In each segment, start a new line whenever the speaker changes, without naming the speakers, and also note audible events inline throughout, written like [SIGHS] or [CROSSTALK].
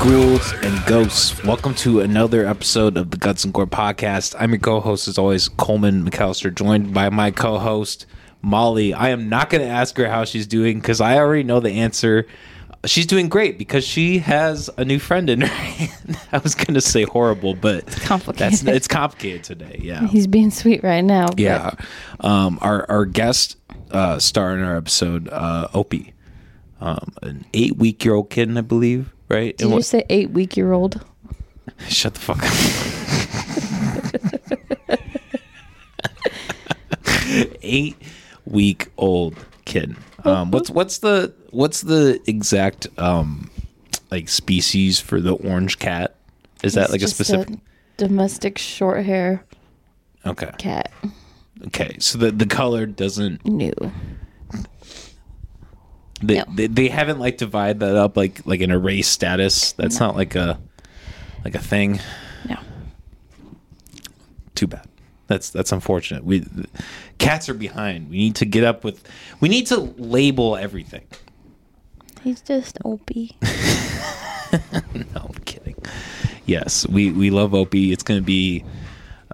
ghouls, and ghosts. Welcome to another episode of the Guts and Gore podcast. I'm your co-host, as always, Coleman McAllister, joined by my co-host Molly. I am not going to ask her how she's doing because I already know the answer. She's doing great because she has a new friend in her [LAUGHS] hand. I was going to say horrible, but
complicated.
That's, it's complicated today. Yeah.
[LAUGHS] He's being sweet right now. but
Yeah. Um, our our guest uh, star in our episode, uh, Opie, um, an eight week year old kid, I believe, right?
Did you
what-
say eight week year old?
shut the fuck up. eight week old kid. Um, what's what's the what's the exact um, like species for the orange cat? Is that like a specific?
domestic short hair
okay.
cat?
Okay. So the the color doesn't
New.
They,
No.
they they haven't like divide that up like like in a race status. That's not like a like a thing.
No.
Too bad. That's that's unfortunate. We cats are behind. We need to get up with. We need to label everything.
He's just Opie.
No, I'm kidding. Yes, we we love Opie. It's gonna be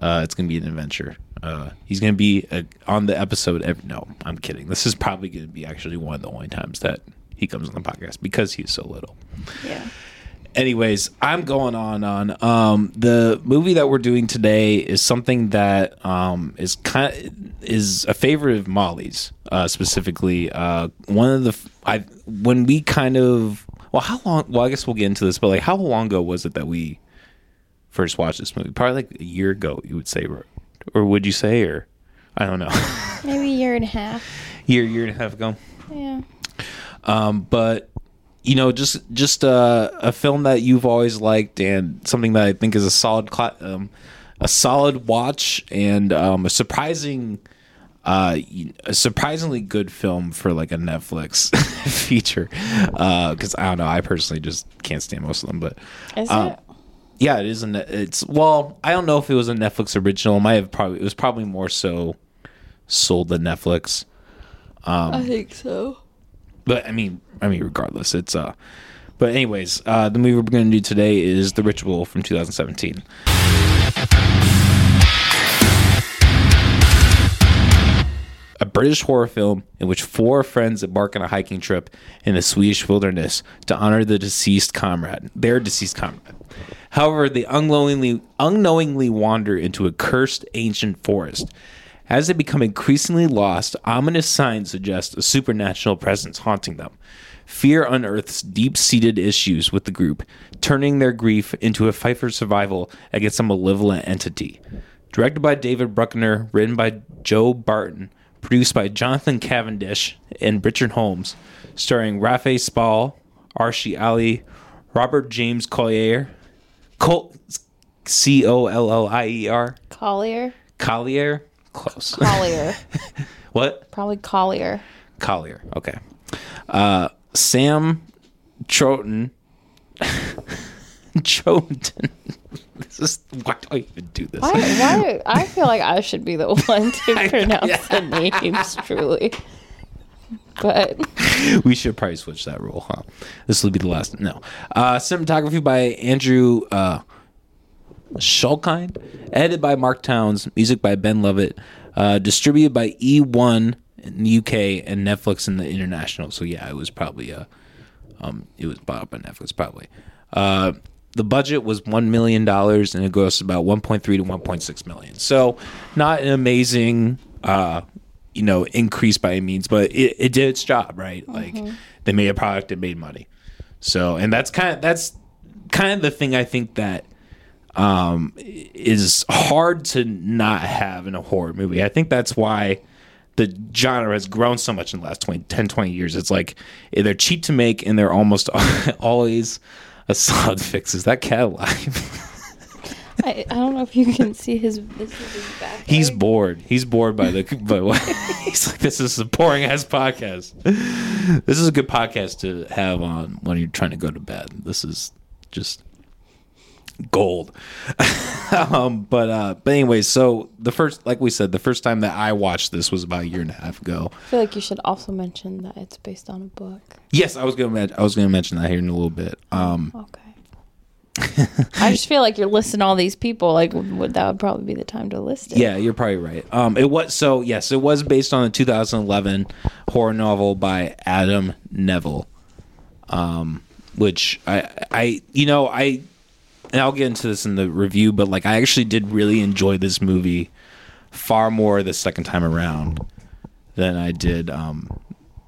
uh, it's gonna be an adventure. Uh, he's gonna be uh on the episode. Every, no, I'm kidding. This is probably gonna be actually one of the only times that he comes on the podcast because he's so little.
yeah.
anyways i'm going on on um the movie that we're doing today is something that um is kind is a favorite of molly's uh specifically uh one of the i when we kind of well how long well i guess we'll get into this but like how long ago was it that we first watched this movie probably like a year ago you would say or, or would you say or i don't know [LAUGHS]
Maybe a year and a half.
year year and a half ago
Yeah.
um, but you know, just just uh, a film that you've always liked, and something that I think is a solid, cla um, a solid watch, and um, a surprising, uh, y- a surprisingly good film for like a Netflix [LAUGHS] feature. Because I don't know, I personally just can't stand most of them, but
Is
Um,
it?
yeah, it is. A, Ne- it's well, I don't know if it was a Netflix original. It might have probably it was probably more so sold to Netflix.
I think so.
but I mean, I mean, regardless, it's uh. But anyways, uh, the movie we're going to do today is The Ritual from 2017. A British horror film in which four friends embark on a hiking trip in the Swedish wilderness to honor the deceased comrade, their deceased comrade. However, they unknowingly unknowingly wander into a cursed ancient forest. As they become increasingly lost, ominous signs suggest a supernatural presence haunting them. Fear unearths deep seated issues with the group, turning their grief into a fight for survival against a malevolent entity. Directed by David Bruckner, written by Joe Barton, produced by Jonathan Cavendish and Richard Holmes, starring Rafe Spall, Archie Alley, Robert James Collier, Col- C O L L I E R,
Collier?
Collier, close. [LAUGHS]
Collier.
what?
Probably Collier.
Collier. Okay. Uh, Sam [LAUGHS] Troughton. Troughton. [LAUGHS] this is why do I even do this?
Why, why? I feel like I should be the [LAUGHS]
[LAUGHS]
one to pronounce the names truly. But
[LAUGHS] we should probably switch that rule, huh? This will be the last. No. Uh, cinematography by Andrew uh, Schulkind, edited by Mark Towns, music by Ben Lovett, uh, distributed by E1 in the UK and Netflix in the international. So yeah, it was probably uh, um, it was bought up by Netflix probably. Uh, the budget was one million dollars and it grossed about 1.3 to 1.6 million. So not an amazing uh, you know increase by any means, but it, it did its job right. Like they made a product, it made money. So and that's kind of that's kind of the thing I think that um, is hard to not have in a horror movie. I think that's why the genre has grown so much in the last 20, 10, 20 years. It's like they're cheap to make and they're almost [LAUGHS] always a solid fix. Is that cat [LAUGHS] alive?
I, I don't know if you can see his. This is his back.
He's
leg.
bored. He's bored by the by what [LAUGHS] he's like. This is a boring ass podcast. This is a good podcast to have on when you're trying to go to bed. This is just gold. [LAUGHS] um, but uh, but anyway, so the first, like we said, the first time that I watched this was about a year and a half ago.
I feel like you should also mention that it's based on a book.
Yes, I was gonna men- I was gonna mention that here in a little bit. Um,
Okay. I just feel like you're listing all these people. Like would, that would probably be the time to list it.
Yeah, you're probably right. Um, it was so yes, it was based on the 2011 horror novel by Adam Neville, um, which I I you know I and I'll get into this in the review, but like I actually did really enjoy this movie far more the second time around than I did um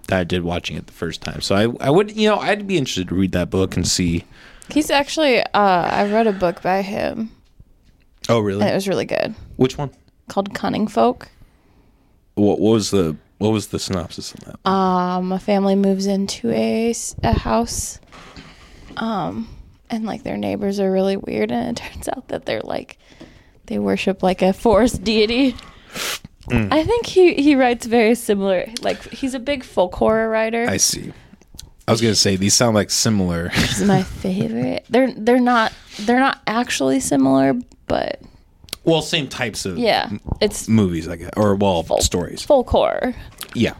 than I did watching it the first time. So I I would you know I'd be interested to read that book and see.
He's actually. Uh, I read a book by him.
Oh really?
And it was really good.
Which one?
Called Cunning Folk.
What, what was the what was the synopsis of that?
Um, a family moves into a, s- a house. Um, and like their neighbors are really weird, and it [LAUGHS] turns out that they're like, they worship like a forest deity.
Mm.
I think he he writes very similar. Like he's a big folk horror writer.
I see. I was gonna say these sound like similar.
He's my favorite. They're they're not they're not actually similar, but
[LAUGHS] well, same types of
yeah, it's
movies, I guess, or well,
folk,
stories.
folk horror.
Yeah.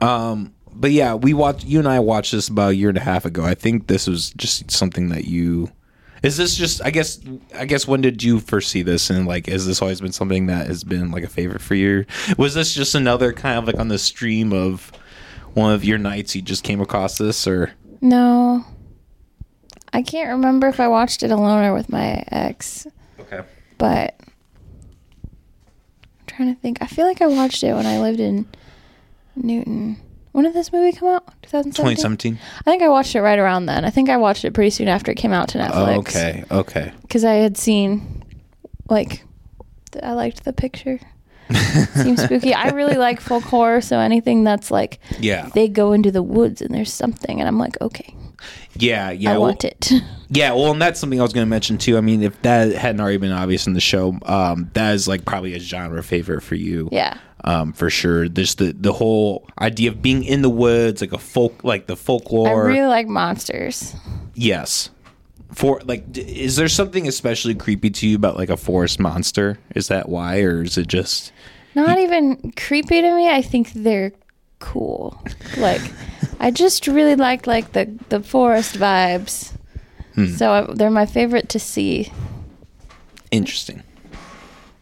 Um, but yeah, we watched. You and I watched this about a year and a half ago. I think this was just something that you. Is this just? I guess. I guess. When did you first see this? And like, has this always been something that has been like a favorite for you? Was this just another kind of like on the stream of one of your nights? You just came across this, or
No. I can't remember if I watched it alone or with my ex,
okay.
but I'm trying to think. I feel like I watched it when I lived in Newton. When did this movie come out? 2017.
2017.
I think I watched it right around then. I think I watched it pretty soon after it came out to Netflix.
Oh, okay. Okay. [LAUGHS]
Because I had seen, like, th- I liked the picture. Seems spooky. I really like folk horror, so anything that's like
Yeah.
they go into the woods and there's something, and I'm like, okay,
Yeah. Yeah.
I
well-
want it. [LAUGHS]
Yeah, well, and that's something I was going to mention too. I mean, if that hadn't already been obvious in the show, um, that is like probably a genre favorite for you.
Yeah.
Um, for sure. Just the the whole idea of being in the woods, like a folk, like the folklore.
I really like monsters.
yes. For like, d- is there something especially creepy to you about like a forest monster? Is that why, or is it just?
Not even creepy to me. I think they're cool. Like, I just really like like the the forest vibes.
hmm, Mm.
So I, they're my favorite to see,
Interesting.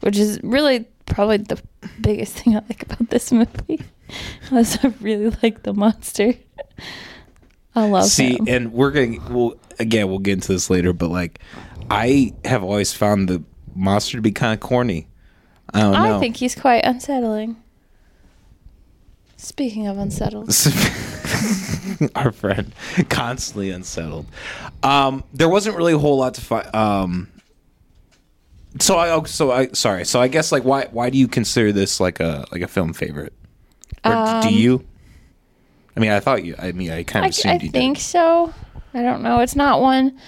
which is really probably the biggest [LAUGHS] thing I like about this movie. [LAUGHS] Was I really like the monster. [LAUGHS] I love
See,
him.
and we're going. to Well, again, we'll get into this later, but like, I have always found the monster to be kind of corny. I don't know.
I think he's quite unsettling. Speaking of unsettled,
[LAUGHS] our friend constantly unsettled um there wasn't really a whole lot to find um so i oh, so i sorry so i guess like why why do you consider this like a like a film favorite or d- do you i mean i thought you i mean i kind
Um,
of
I, I
assumed you did.
think so. I don't know. It's not one.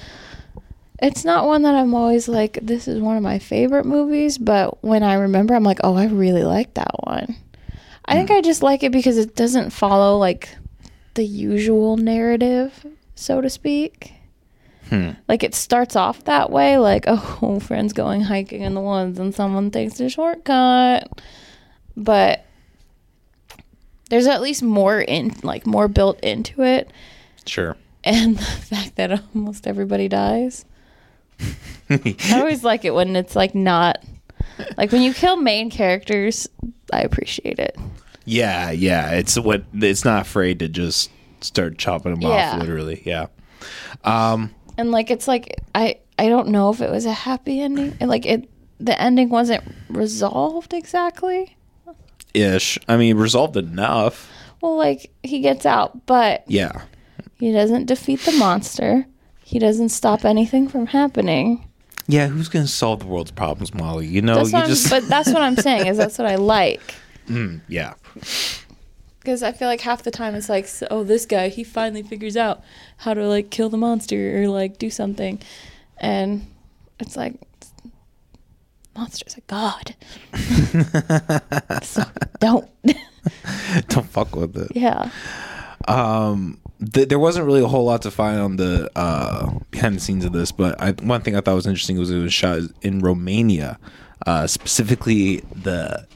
It's not one that I'm always like. This is one of my favorite movies, but when I remember, I'm like, oh, I really like that one. I think I just like it because it doesn't follow like the usual narrative, so to speak.
Hmm,
Like it starts off that way, like [LAUGHS] oh, friends going hiking in the woods, and someone takes a shortcut, but there's at least more in like more built into it [LAUGHS]
sure [LAUGHS]
and the fact that almost everybody dies. I always like it when it's like not like when you kill main characters. I appreciate it.
yeah yeah it's what it's not afraid to just start chopping them
Yeah.
off literally yeah
And like it's like I I don't know if it was a happy ending. And like it the ending wasn't resolved exactly.
ish i mean resolved enough
Well, like he gets out, but
yeah
he doesn't defeat the monster. He doesn't stop anything from happening.
yeah who's gonna solve the world's problems molly you know
That's
you
what I'm,
just
but that's what I'm saying is that's what I like.
[LAUGHS] yeah
Because I feel like half the time it's like, so- oh, this guy, he finally figures out how to like kill the monster or like do something. And it's like, monster's a god.
[LAUGHS]
so don't.
[LAUGHS]
[LAUGHS]
don't fuck with it
yeah.
th- there wasn't really a whole lot to find on the uh, behind the scenes of this, but I, one thing I thought was interesting was it was shot in Romania, uh, specifically the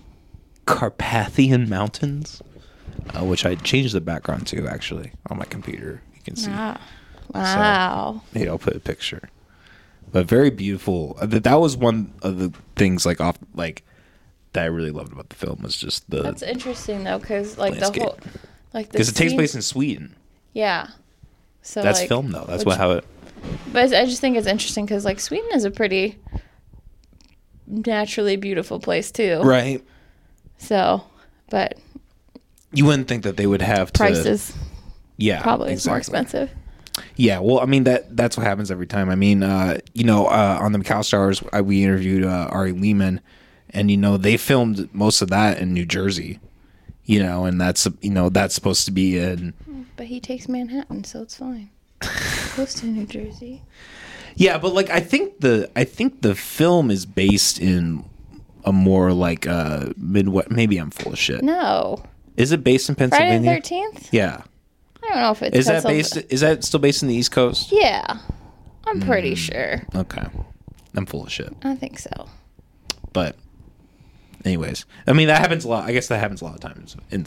Carpathian Mountains, uh, which I changed the background to actually on my computer. You can see.
Wow. Wow.
Maybe I'll put a picture. but very beautiful. Uh, That that was one of the things like off like that I really loved about the film was just
That's
the
interesting though, because like
Landscape.
the whole, like
because it takes place in Sweden.
yeah. So
That's
like,
film though. That's what
which-
how it.
But I just think it's interesting because like Sweden is a pretty naturally beautiful place too.
Right.
So, but
You wouldn't think that they would have to,
prices
Yeah,
probably is more
exactly.
expensive.
Yeah, well, I mean that that's what happens every time. I mean, uh, you know, uh, on the Macau Stars, I, we interviewed uh, Ari Lehman, and you know they filmed most of that in New Jersey, you know, and that's you know that's supposed to be in
But he takes Manhattan, so it's [LAUGHS] fine. Close to New Jersey.
yeah, but like I think the I think the film is based in a more like uh Midwest. Maybe I'm full of shit.
No,
Is it based in
Friday the
Pennsylvania?
Thirteenth.
yeah,
I don't know if it's
is that
Pennsylvania-
based? Is that still based in Hmm. the East Coast?
Yeah, I'm pretty sure.
Okay, I'm full of shit.
I think so.
but anyways i mean that happens a lot i guess that happens a lot of times in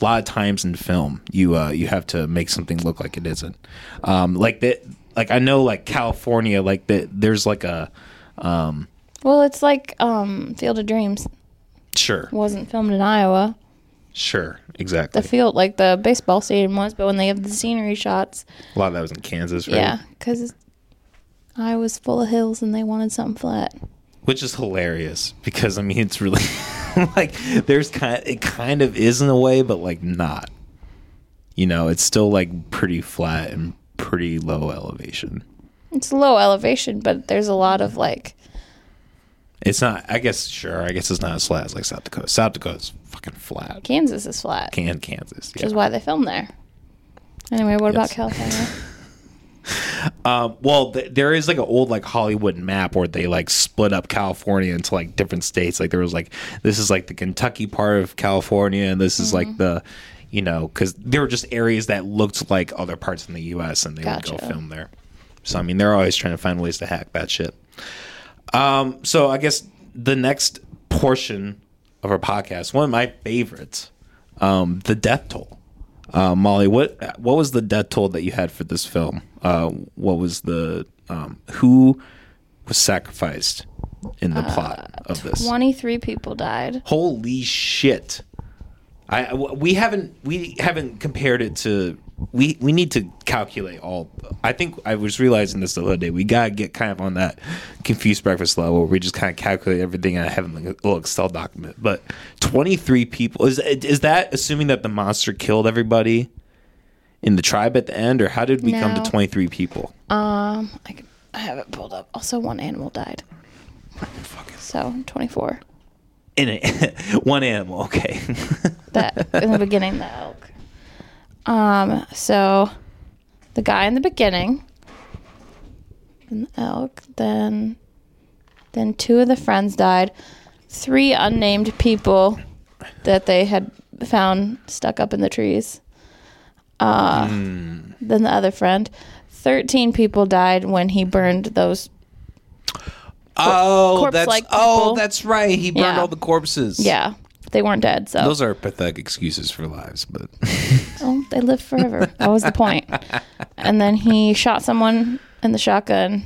a lot of times in film you uh you have to make something look like it isn't um like that like i know like california like that there's like a
Well, it's like um, Field of Dreams
sure
wasn't filmed in Iowa.
sure
The
exactly
field, like the baseball stadium was, but when they have the scenery shots,
a lot of that was in kansas right
yeah, because Iowa's full of hills and they wanted something flat.
which is hilarious because i mean it's really [LAUGHS] like there's kind it kind of is in a way but like not you know it's still like pretty flat and pretty low elevation
It's low elevation, but there's a lot of like
It's not. I guess sure. I guess it's not as flat as like South Dakota. South Dakota's fucking flat.
Kansas is flat,
Can Kansas.
which
Yeah.
is why they filmed there. Anyway, what about
Yes. [LAUGHS]
California?
Um, well, th- there is like an old like Hollywood map where they like split up California into like different states. Like there was like this is like the Kentucky part of California, and this is like the, you know, because there were just areas that looked like other parts in the U.S. and they would go
Gotcha.
film there. So I mean, they're always trying to find ways to hack that shit. Um, so I guess the next portion of our podcast, one of my favorites, um, the death toll. Uh, Molly, what what was the death toll that you had for this film? Uh, what was the um, who was sacrificed in the plot of this?
Twenty-three people died.
Holy shit! I I- we haven't we haven't compared it to we we need to calculate all. I think I was realizing this the other day. We gotta get kind of on that confused breakfast level where we just kind of calculate everything in a heavenly little Excel document. But twenty three people is is that assuming that the monster killed everybody in the tribe at the end, or how did we come
No.
to twenty three people?
Um, I, could- I have it pulled up. Also, one animal died. So twenty-four.
In it, [LAUGHS] one animal. Okay,
that in the beginning the elk. Um, so the guy in the beginning, and the elk, then then two of the friends died, three unnamed people that they had found stuck up in the trees. Uh, Then the other friend, thirteen people died when he burned those.
Oh, that's
corpse-like
oh,
people.
that's right. He burned
Yeah.
all the corpses.
Yeah, they weren't dead, so
Those are pathetic excuses for lives, but [LAUGHS]
Oh, they lived forever. That was the point. And then he shot someone in the shotgun,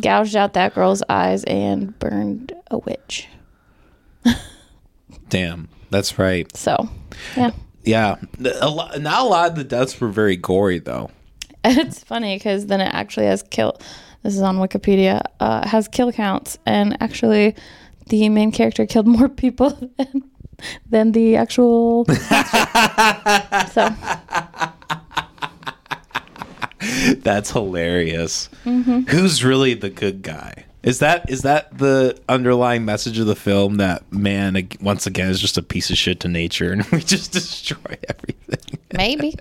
gouged out that girl's eyes, and burned a witch.
damn, that's right.
So, yeah. [LAUGHS]
Yeah, a lot, not a lot of the deaths were very gory though.
It's funny because then it actually has kill. This is on Wikipedia. Uh, it has kill counts, and actually, the main character killed more people [LAUGHS] than, than the actual. so
That's hilarious.
Mm-hmm.
Who's really the good guy? Is that is that the underlying message of the film that man ag- once again is just a piece of shit to nature and [LAUGHS] we just destroy everything? [LAUGHS]
maybe.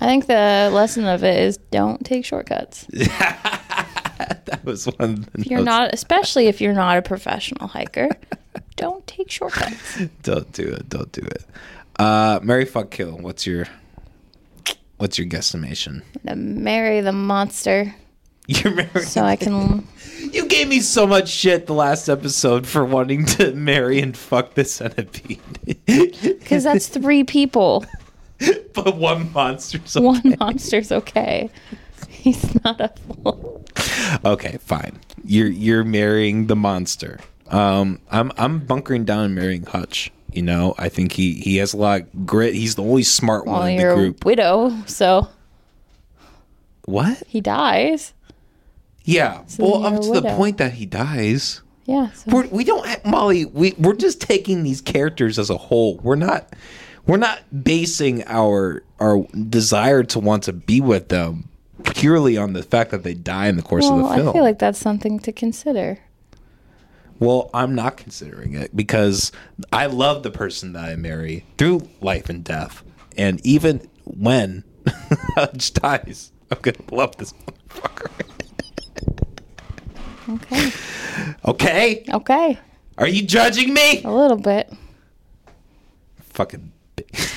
I think the lesson of it is don't take shortcuts.
That was one. Of the
If you're
notes.
not, especially if you're not a professional [LAUGHS] hiker, don't take shortcuts.
Don't do it. Don't do it. Uh, Mary fuck kill. What's your what's your guesstimation? [LAUGHS]
To marry the monster
You're married.
so I [LAUGHS] can.
You gave me so much shit the last episode for wanting to [LAUGHS] marry and fuck the centipede. [LAUGHS]
Because that's three people.
but
[LAUGHS]
one monster's
One monster's okay. He's not a fool.
Okay, fine. You're you're marrying the monster. Um, I'm I'm bunkering down and marrying Hutch. You know, I think he he has a lot of grit. He's the only smart
Well,
one in
you're
the
a
group.
widow, so
What?
he dies.
Yeah. well,
you're
up
a
to the
widow.
point that he dies.
Yeah. So.
We're, we don't ha- Molly. We we're just taking these characters as a whole. We're not we're not basing our our desire to want to be with them purely on the fact that they die in the course
well,
of the film.
I feel like that's something to consider.
Well, I'm not considering it because I love the person that I marry through life and death. And even when [LAUGHS] Hutch dies, I'm going to love this motherfucker.
Okay.
Okay?
Okay.
Are you judging me?
A little [LAUGHS] bit.
Fucking bitch.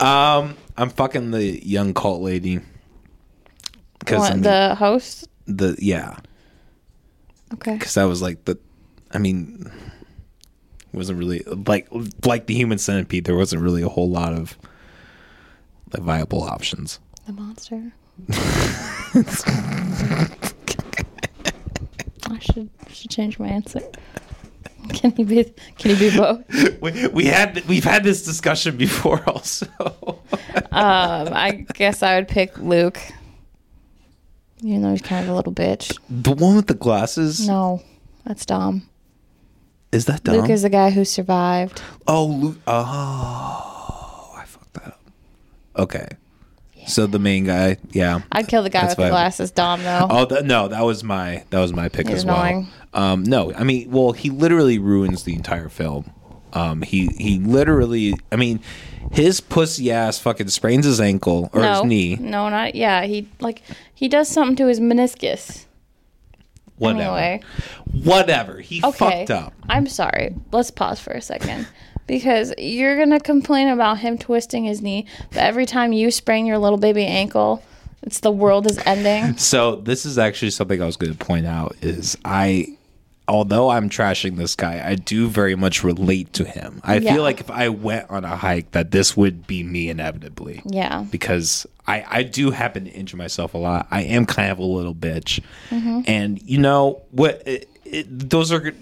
[LAUGHS] um, I'm fucking the young cult lady. Because
What, the host?
the, yeah.
Okay.
because that was like the i mean it wasn't really like like the human centipede there wasn't really a whole lot of like, viable options
The monster. I should should change my answer. Can he be? Can he be both?
we, we had we've had this discussion before [LAUGHS] also
Um, I guess I would pick Luke. Even though he's kind of a little bitch.
the one with the glasses
No, that's Dom.
is that dumb
Luke is the guy who survived.
oh luke oh i fucked that up okay so the main guy yeah
I'd kill the guy
That's
with the
fine.
glasses, Dom. Though.
Oh th- no, that was my that was my pick
He's
as well.
annoying.
Um, no, I mean, well, he literally ruins the entire film. Um, he he literally, I mean, his pussy ass fucking sprains his ankle or
no,
his knee.
no, not yeah. He like he does something to his meniscus.
Whatever,
Anyway,
whatever. He
okay.
fucked up.
I'm sorry. Let's pause for a second because you're gonna complain about him twisting his knee, but every time you sprain your little baby ankle, it's the world is ending.
So this is actually something I was going to point out is I. Although I'm trashing this guy, I do very much relate to him. I
Yeah.
feel like if I went on a hike, that this would be me inevitably.
Yeah.
because I, I do happen to injure myself a lot. I am kind of a little bitch, and you know what? It, it, those are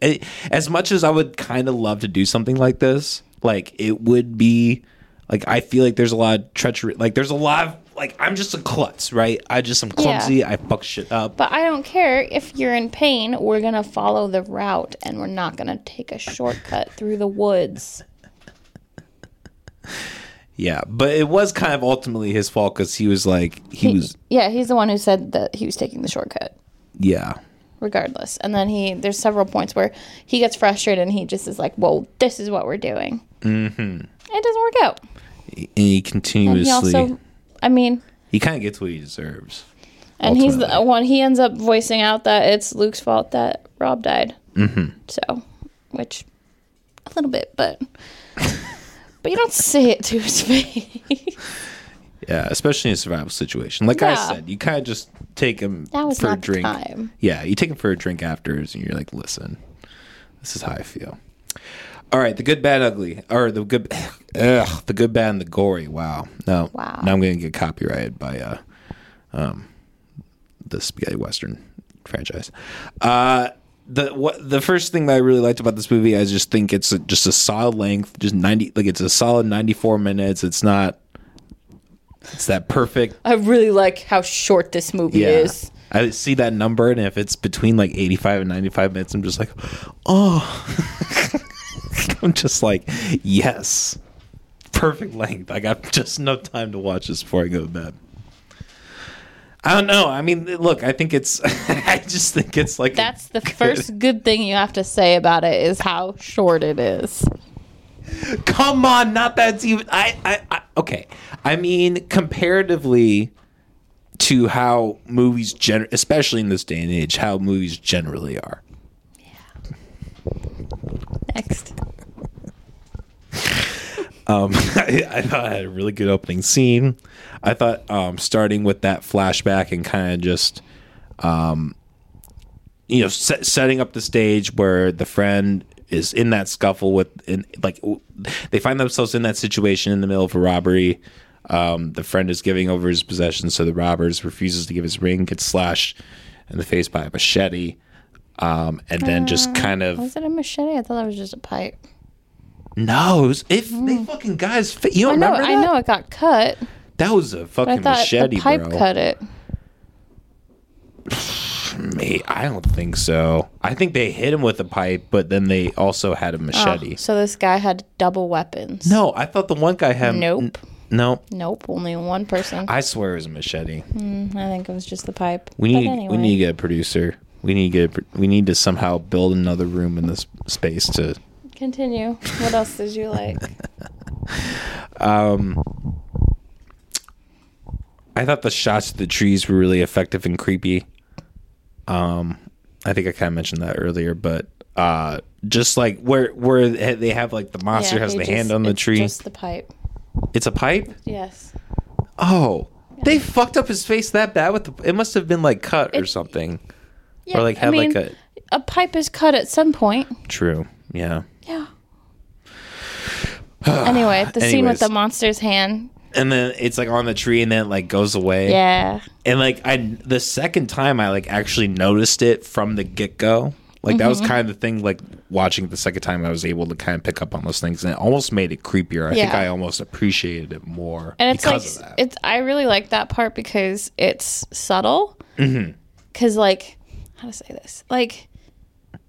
it, as much as I would kind of love to do something like this. Like it would be like I feel like there's a lot of treachery. Like there's a lot of like I'm just a klutz, right? I just am clumsy. I fuck shit up.
But I don't care if you're in pain. We're gonna follow the route, and we're not gonna take a shortcut through the woods.
yeah, but it was kind of ultimately his fault because he was like he was
yeah, he's the one who said that he was taking the shortcut.
yeah.
regardless. And then he, there's several points where he gets frustrated and he just is like, well, this is what we're doing. Mm-hmm. It doesn't work out.
And he
And he
continuously he,
also, I mean,
kind of gets what he deserves.
and he's the
Ultimately.
one, he ends up voicing out that it's Luke's fault that Rob died. Mm-hmm. So, which, a little bit, but. [LAUGHS] But you don't say it to his [LAUGHS] face.
Yeah, especially in a survival situation. Like I
Yeah.
said, you kind of just take him
Now is
for a
not the
drink.
time.
Yeah, you take him for a drink afterwards, and you're like, "Listen, this is how I feel." All right, the good, bad, ugly, or the good, [SIGHS] ugh, the good, bad, and the gory. Wow, no,
Wow.
now I'm gonna get copyrighted by uh, um, the spaghetti western franchise. Uh, the what the first thing that I really liked about this movie, I just think it's a, just a solid length, just ninety, like it's a solid ninety-four minutes. It's not. It's that perfect
I really like how short this movie is.
I see that number, and if it's between like 85 and 95 minutes, I'm just like, oh. [LAUGHS] I'm just like, yes. Perfect length. I got just enough time to watch this before I go to bed. I don't know. I mean, look, I think it's, [LAUGHS] I just think it's like, a
That's the first good thing you have to say about it is how short it is.
[LAUGHS] come on, not that's even, I, I, I, okay. I mean, comparatively to how movies, gen- especially in this day and age, how movies generally are.
Next.
Um, I, [LAUGHS] I thought I had a really good opening scene. I thought um, starting with that flashback and kind of just, um, you know, set, setting up the stage where the friend is in that scuffle with, and like w- they find themselves in that situation in the middle of a robbery. Um, the friend is giving over his possessions to the robbers, refuses to give his ring, gets slashed in the face by a machete, um, and then
Uh,
just kind of
Was it a machete? I thought that was just a pipe.
knows if they fucking guys. Fa- you
I
don't
know.
remember that?
I know it got cut.
That was a
But I
fucking
thought
machete,
the pipe
bro.
cut it.
Me, I don't think so. I think they hit him with a pipe, but then they also had a
Ah.
machete.
So this guy had double weapons.
No, I thought the one guy had.
Nope.
n- no,
Nope. Only one person. I,
I swear it was a machete.
think it was just the pipe.
We
But
need
anyway.
we need to get a producer. We need to get a, pro- we need to somehow build another room in this space to
Continue. What else did you like?
[LAUGHS] I thought the shots of the trees were really effective and creepy. Um, I think I kind of mentioned that earlier, but uh, just like where where they have like the monster
Yeah,
has
he
the
just-
hand on the
it's
tree,
Just the pipe.
it's a pipe.
Yes.
Oh, they fucked up his face that bad with the. It must have been like cut or something,
Yeah,
or like
I
had
mean,
like
a pipe is cut at some point.
a true. Yeah, [SIGHS]
Yeah. anyway, the scene
Anyways.
with the monster's hand.
and then it's like on the tree, and then it like goes away.
Yeah.
and like I the second time I like actually noticed it from the get go. Like that
Mm-hmm.
was kind of the thing. Like watching it the second time, I was able to kind of pick up on those things, and it almost made it creepier. I think
Yeah.
I almost appreciated it more
And it's
because
like
of that.
it's I really like that part because it's subtle.
Mm-hmm.
Cuz like how to say this? Like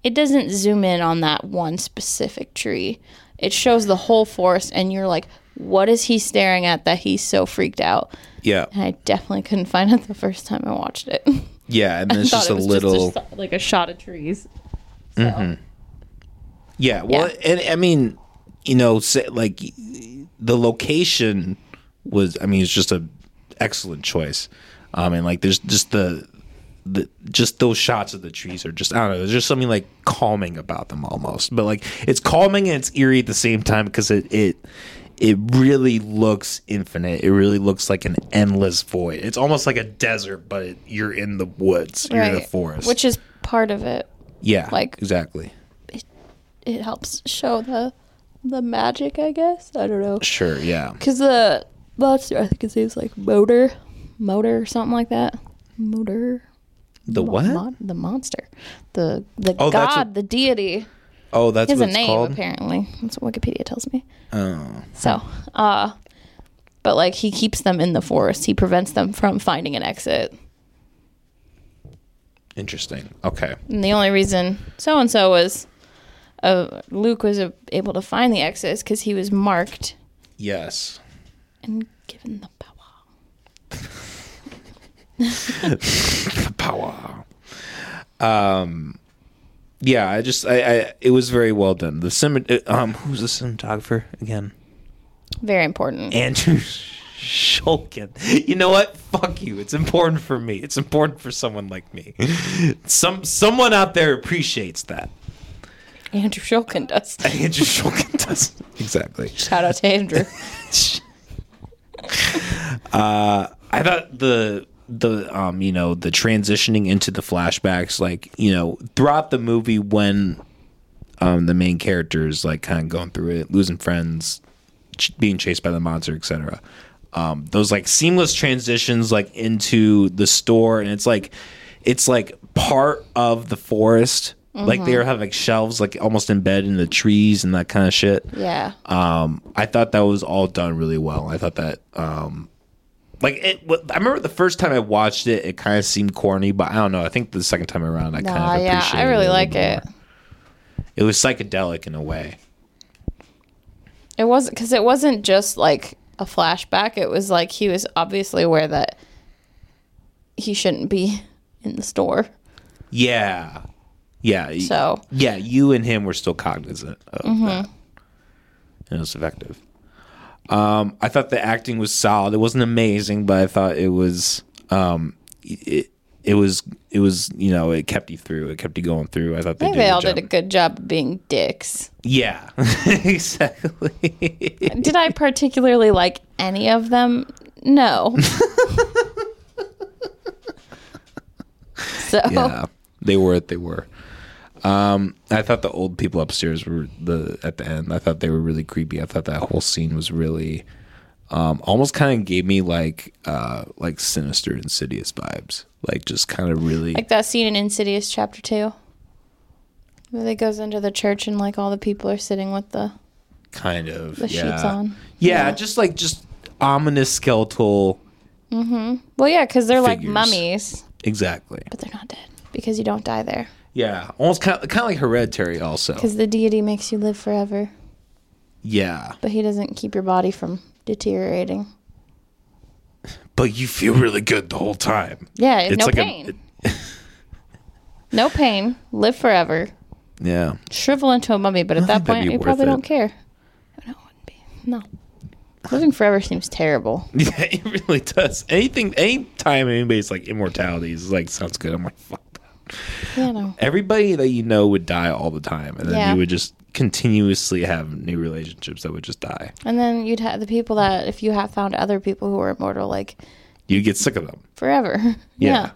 it doesn't zoom in on that one specific tree. It shows the whole forest and you're like what is he staring at that he's so freaked out? [LAUGHS]
yeah,
And I definitely couldn't find it the first time I watched it.
yeah, and then it's
[LAUGHS] Thought
just
it
a
was
little.
just a- like a shot of trees. So,
Yeah, well,
Yeah.
and I mean, you know, say, like the location was. I mean, it's just a excellent choice. Um, and like, there's just the, the just those shots of the trees are just I don't know. There's just something like calming about them almost. But like, it's calming and it's eerie at the same time because it it it really looks infinite. It really looks like an endless void. It's almost like a desert, but it, you're in the woods. You're in the
right.
forest.
Which is part of it.
yeah,
like-
exactly.
It helps show the the magic, I guess. I don't know.
Sure. Yeah.
Because the monster, I think his name's like Motor, Motor or something like that. Motor.
The what?
Mon- the monster. The the
Oh, that's
god,
a-
the deity.
Oh, that's
He has
what
a
it's
name,
called.
apparently. That's what Wikipedia tells me.
Oh,
So, uh, but like he keeps them in the forest. He prevents them from finding an exit.
interesting. Okay.
And the only reason so and so was, uh, Luke was uh, able to find the exit is because he was marked
Yes. [LAUGHS]
and given the power.
The power. Um. Yeah, I just I, I it was very well done. The cinem- uh, um who's the cinematographer again?
Very important.
Andrew Shulkin. You know what? Fuck you. It's important for me. It's important for someone like me. Some someone out there appreciates that.
Andrew
[LAUGHS]
Shulkin does.
Andrew Shulkin does exactly.
Shout out to Andrew.
I thought the the um you know the transitioning into the flashbacks like you know throughout the movie when um the main character is like kind of going through it losing friends ch- being chased by the monster etc um those like seamless transitions like into the store and it's like it's like part of the forest like they have like shelves like almost embedded in the trees and that kind of shit
Yeah.
um, I thought that was all done really well. I thought that, um, like, it. wa- I remember the first time I watched it, it kind of seemed corny, but I don't know. I think the second time around, I
Nah,
kind of
yeah,
appreciated
I really
it a
like
little
it.
more. It was psychedelic in a way.
It wasn't because it wasn't just like a flashback. It was like he was obviously aware that he shouldn't be in the store.
Yeah, yeah, y-
So Mm-hmm.
yeah. You and him were still cognizant of that, and it was effective. Um, I thought the acting was solid. It wasn't amazing, but I thought it was um, it it was it was you know it kept you through. It kept you going through. I thought
I
they,
think
did
they
a
all
job.
did a good job of being
[LAUGHS]
dicks.
Yeah, exactly.
Did I particularly like any of them?
[LAUGHS]
No. so
Yeah, they were what they were. Um, I thought the old people upstairs were the at the end. I thought they were really creepy. I thought that whole scene was really um, almost kind of gave me like uh, like sinister, insidious vibes. Like just kind of really
Like that scene in Insidious Chapter 2. Where they goes into the church and like all the people are sitting with the
kind of
the
yeah.
sheets on.
yeah, just like just ominous skeletal.
Well, yeah, because they're like
Figures.
mummies,
Exactly.
but they're not dead because you don't die there.
Yeah, almost kind of, kind of like hereditary. Also,
Because the deity makes you live forever,
yeah,
but he doesn't keep your body from deteriorating.
but you feel really good the whole time.
Yeah, no
like a-
pain. [LAUGHS] no pain. Live forever.
Yeah,
Shrivel into a mummy, but at
think
that
that'd
point,
be
you
worth
probably
it.
don't care. No, it wouldn't be. No. Living forever seems terrible.
[LAUGHS] yeah, it really does. Anything, anytime anybody's like immortality is like sounds good. I'm like fuck that.
You know.
Everybody that you know would die all the time, and then
Yeah.
you would just continuously have new relationships that would just die.
And then you'd have the people that, if you have found other people who are immortal, like
You get sick of them.
forever. [LAUGHS]
Yeah.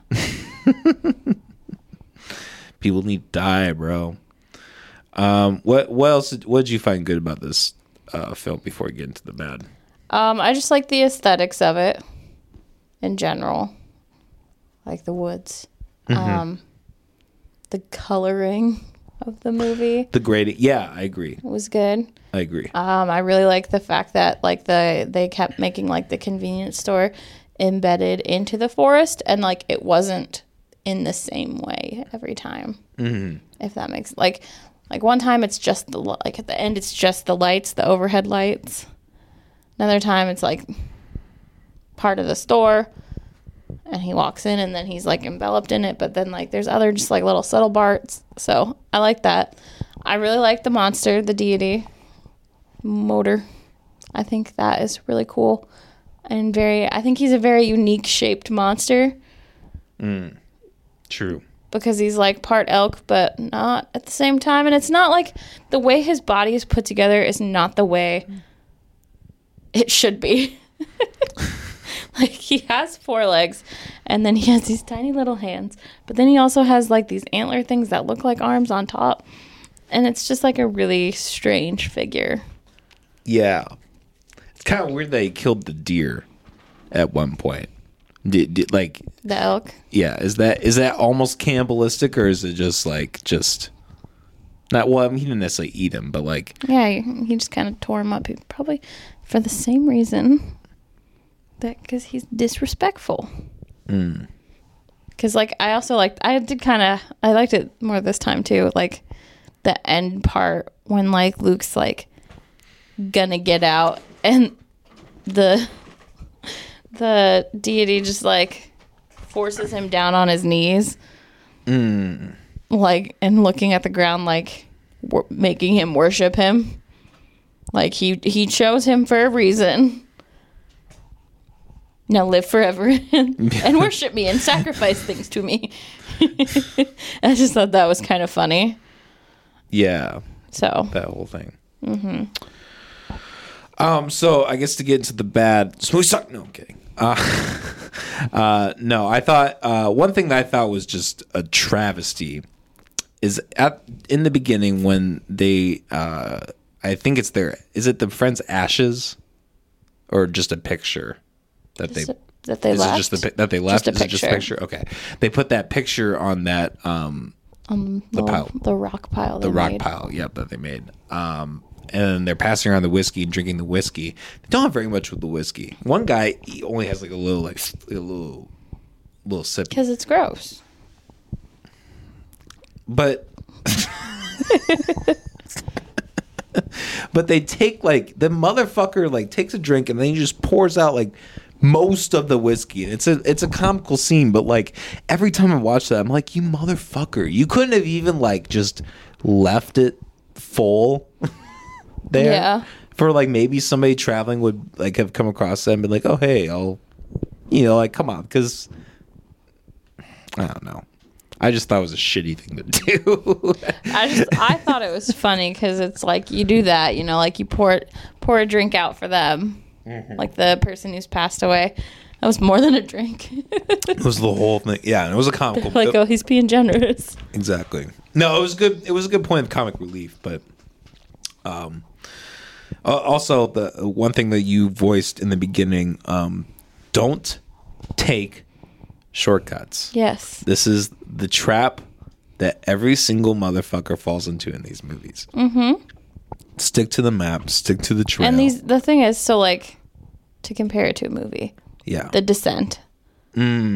Yeah.
[LAUGHS] People need to die, bro. Um, what what else? did- What did you find good about this uh, film before we get into the bad?
Um, I just like the aesthetics of it in general, like the woods, um, the coloring of the movie
The great, yeah, I agree.
was good.
I agree.
Um, I really like the fact that like the they kept making like the convenience store embedded into the forest, and like it wasn't in the same way every time. Mm-hmm. If that makes like like one time it's just the li- like at the end it's just the lights, the overhead lights. Another time it's like part of the store. And he walks in, and then he's like enveloped in it. But then, like, there's other just like little subtle parts. So I like that. I really like the monster, the deity motor. I think that is really cool and very I think he's a very unique shaped monster
True.
because he's like part elk but not at the same time and it's not like the way his body is put together is not the way it should be. [LAUGHS] like he has four legs and then he has these tiny little hands, but then he also has like these antler things that look like arms on top. And it's just like a really strange figure.
Yeah, it's kind of weird they killed the deer at one point. Did, did like
The elk
yeah? Is that is that almost cannibalistic or is it just like just not? Well, I mean, he didn't necessarily eat him, but like
Yeah, he he just kind of tore him up. He probably for the same reason that because he's disrespectful. Because like I also liked, I did kind of, I liked it more this time too. Like the end part when like Luke's like gonna get out and the the deity just like forces him down on his knees like and looking at the ground like wor- making him worship him like he he chose him for a reason now live forever [LAUGHS] and, and worship me and sacrifice things to me [LAUGHS] i just thought that was kind of funny
yeah.
so
that whole thing. Mm-hmm. Um, so I guess to get into the bad, smooth suck. No, I'm kidding. Uh, [LAUGHS] uh, no, I thought uh, one thing that I thought was just a travesty is at in the beginning when they, uh, I think it's their, is it the friend's ashes, or just a picture that they
that they
is
left
it just the pic- that they left?
a
is it just a
picture.
picture? Okay, they put that picture on that um,
the,
pile.
the rock pile
the rock pile, yep, that they made. Um, and they're passing around the whiskey and drinking the whiskey. They don't have very much with the whiskey. One guy he only has like a little, like a little, little sip.
because it's gross
But, but they take like the motherfucker like takes a drink and then he just pours out like most of the whiskey. And it's a it's a comical scene, but like every time I watch that, I'm like, you motherfucker, you couldn't have even like just left it full. [LAUGHS] there
Yeah.
for like maybe somebody traveling would like have come across them and been like, oh hey, I'll you know like come on because I don't know. I just thought it was a shitty thing to do. [LAUGHS]
I just I thought it was funny because it's like you do that, you know, like you pour it- pour a drink out for them, like the person who's passed away. That was more than a drink. [LAUGHS]
it was the whole thing. Yeah, and it was a comical.
like, oh, he's being generous.
exactly. No, it was good. It was a good point of comic relief, but um, Uh, also, the one thing that you voiced in the beginning, um, don't take shortcuts.
Yes.
This is the trap that every single motherfucker falls into in these movies. Mm-hmm. Stick to the map. Stick to the trail.
And these the thing is so like to compare it to a movie,
yeah, Mm,
The Descent. They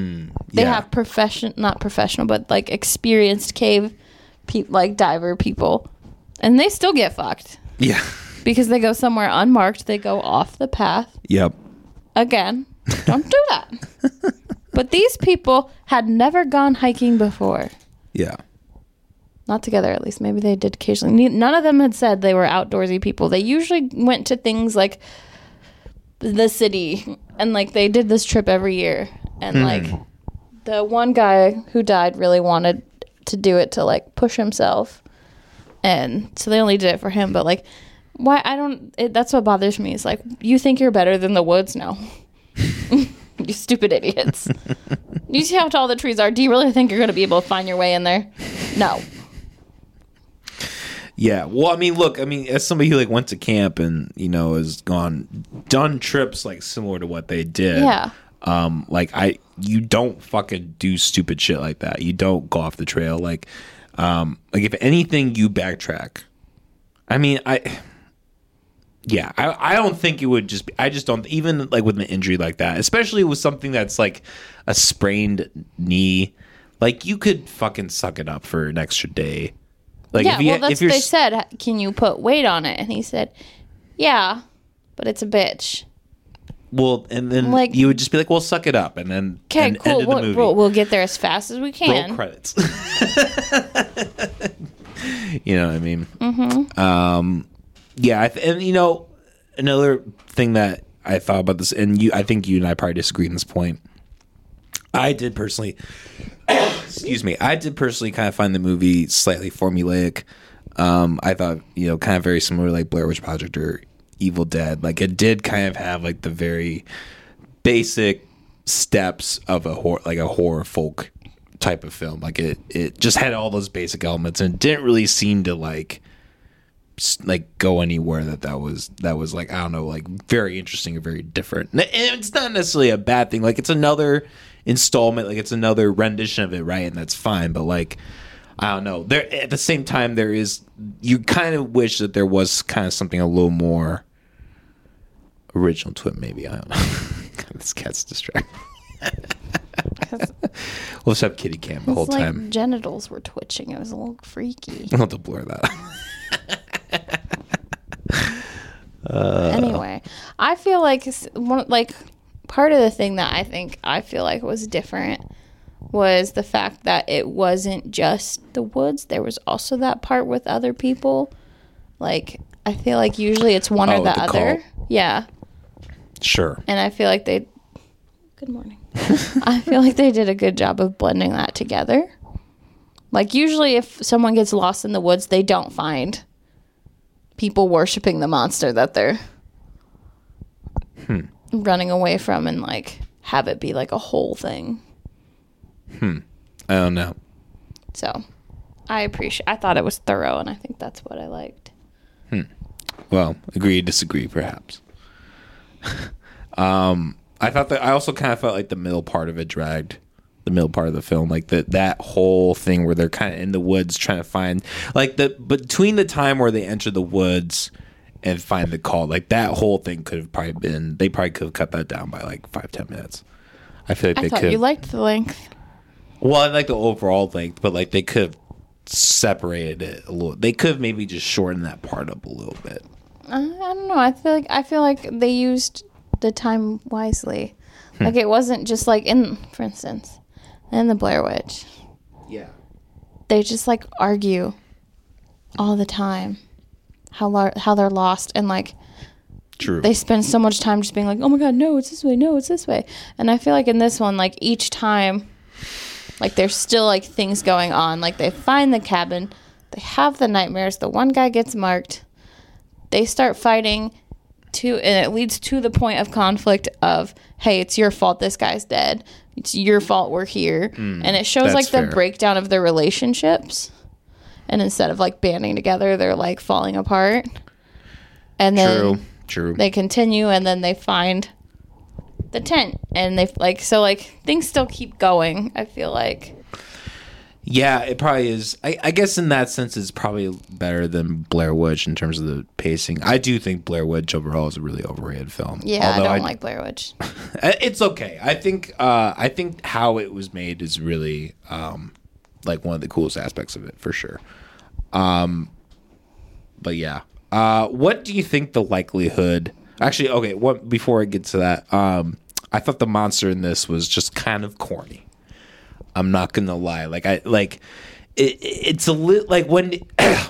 yeah.
have profession not professional but like experienced cave pe- like diver people and they still get fucked
yeah, [LAUGHS]
because they go somewhere unmarked, they go off the path
yep.
again. Don't do that. but these people had never gone hiking before.
Yeah.
Not together, at least. Maybe they did occasionally. Ne- None of them had said they were outdoorsy people. They usually went to things like the city, and like they did this trip every year. And like the one guy who died really wanted to do it to like push himself, and so they only did it for him. But like, why? I don't. It, that's what bothers me. Is like you think you're better than the woods now. you stupid idiots. you see how tall the trees are. Do you really think you're going to be able to find your way in there? No.
[LAUGHS] Yeah. Well, I mean, look, I mean, as somebody who like went to camp and, you know, has gone done trips like similar to what they did.
Yeah.
Um, like I you don't fucking do stupid shit like that. You don't go off the trail. Like um like if anything you backtrack. I mean, I yeah, I, I don't think it would just be, I just don't even like with an injury like that, especially with something that's like a sprained knee, like you could fucking suck it up for an extra day. Like
Yeah, well, that's what they
s-
said. Can you put weight on it? And he said, Yeah, but it's a bitch.
Well, and then
Like-
you would just be like, "Well, suck it up," and then
Okay,
and
cool.
ended the
We'll,
movie.
we'll, we'll get there as fast as we
Roll
can.
credits. [LAUGHS] you know what I mean? Mm-hmm. Um, yeah, I th- and you know another thing that I thought about this, and you, I think you and I probably disagree on this point. I did personally, [COUGHS] excuse me, I did personally kind of find the movie slightly formulaic. Um, I thought you know kind of very similar to like Blair Witch Project or Evil Dead. Like it did kind of have like the very basic steps of a horror, like a horror folk type of film. Like it, it just had all those basic elements and it didn't really seem to like, s- like go anywhere that that was that was like I don't know, like very interesting or very different. And and it's not necessarily a bad thing. Like it's another installment. Like it's another rendition of it, right? And that's fine. But like. I don't know. There at the same time there is you kind of wish that there was kind of something a little more original to it maybe. I don't know. [LAUGHS] God, this cat's distracted.
[LAUGHS]
We'll just have kitty cam the whole
It's like
time.
genitals were twitching. It was a little freaky.
I'll have to blur that. out.
[LAUGHS]
Uh.
anyway, I feel like s- one like part of the thing that I think I feel like was different was the fact that it wasn't just the woods. There was also that part with other people. Like I feel like usually it's one
Oh,
or the,
the
other. Yeah,
sure.
and I feel like they. Good morning. [LAUGHS] I feel like they did a good job of blending that together. Like usually, if someone gets lost in the woods, they don't find people worshiping the monster that they're
Hmm.
running away from, and like have it be like a whole thing.
I don't know.
So, I appreciate. I thought it was thorough, and I think that's what I liked.
Well, agree, disagree, perhaps. [LAUGHS] um, I thought that I also kind of felt like the middle part of it dragged. The middle part of the film, like that that whole thing where they're kind of in the woods trying to find, like the between the time where they enter the woods and find the call, like that whole thing could have probably been. They probably could have cut that down by like five ten minutes. I feel like
I
they
thought
could.
you liked the length.
Well, I like the overall length, but like they could have separated it a little. They could have maybe just shortened that part up a little bit.
I I don't know. I feel like I feel like they used the time wisely. Like it wasn't just like in, for instance, in the Blair Witch,
Yeah.
they just like argue all the time, how lar- how they're lost and like
True.
they spend so much time just being like, oh my god, no, it's this way, no, it's this way. And I feel like in this one, like each time, like there's still like things going on. Like they find the cabin, they have the nightmares. The one guy gets marked. They start fighting, to and it leads to the point of conflict of, hey, it's your fault this guy's dead. It's your fault we're here. and it shows
Mm, that's
like the
fair.
breakdown of their relationships. And instead of like banding together, they're like falling apart. and then
True. True.
they continue and then they find the tent and they like so like things still keep going i feel like
yeah, it probably is. I, I guess in that sense, it's probably better than Blair Witch in terms of the pacing. I do think Blair Witch overall is a really overrated film.
yeah
Although
i don't like blair witch
I- It's okay. I think uh, I think how it was made is really um, like one of the coolest aspects of it for sure. Um, but yeah, uh, what do you think the likelihood? Actually, okay. What before I get to that, um, I thought the monster in this was just kind of corny. I'm not gonna lie. Like I like it, it's a lit like when [CLEARS THROAT]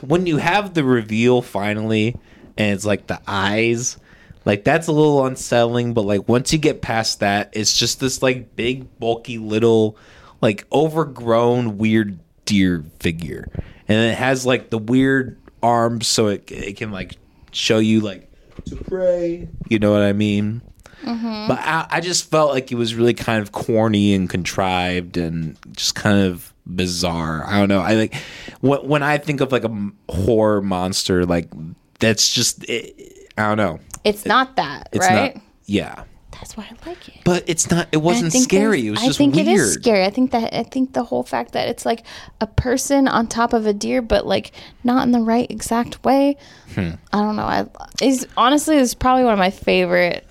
when you have the reveal finally and it's like the eyes like that's a little unsettling but like once you get past that it's just this like big bulky little like overgrown weird deer figure and it has like the weird arms so it, it can like show you like to pray you know what i mean but I, I just felt like it was really kind of corny and contrived and just kind of bizarre. I don't know. I like when, when I think of like a m- horror monster, like that's just it, I don't know.
it's not that
It's
right
not. Yeah,
that's why i like it
but it's not. It
I
wasn't
think
scary.
there's-
It was
I
just
think
weird.
it is scary. I think that I think the whole fact that it's like a person on top of a deer, but like not in the right exact way.
Hmm.
I don't know. I is honestly is probably one of my favorite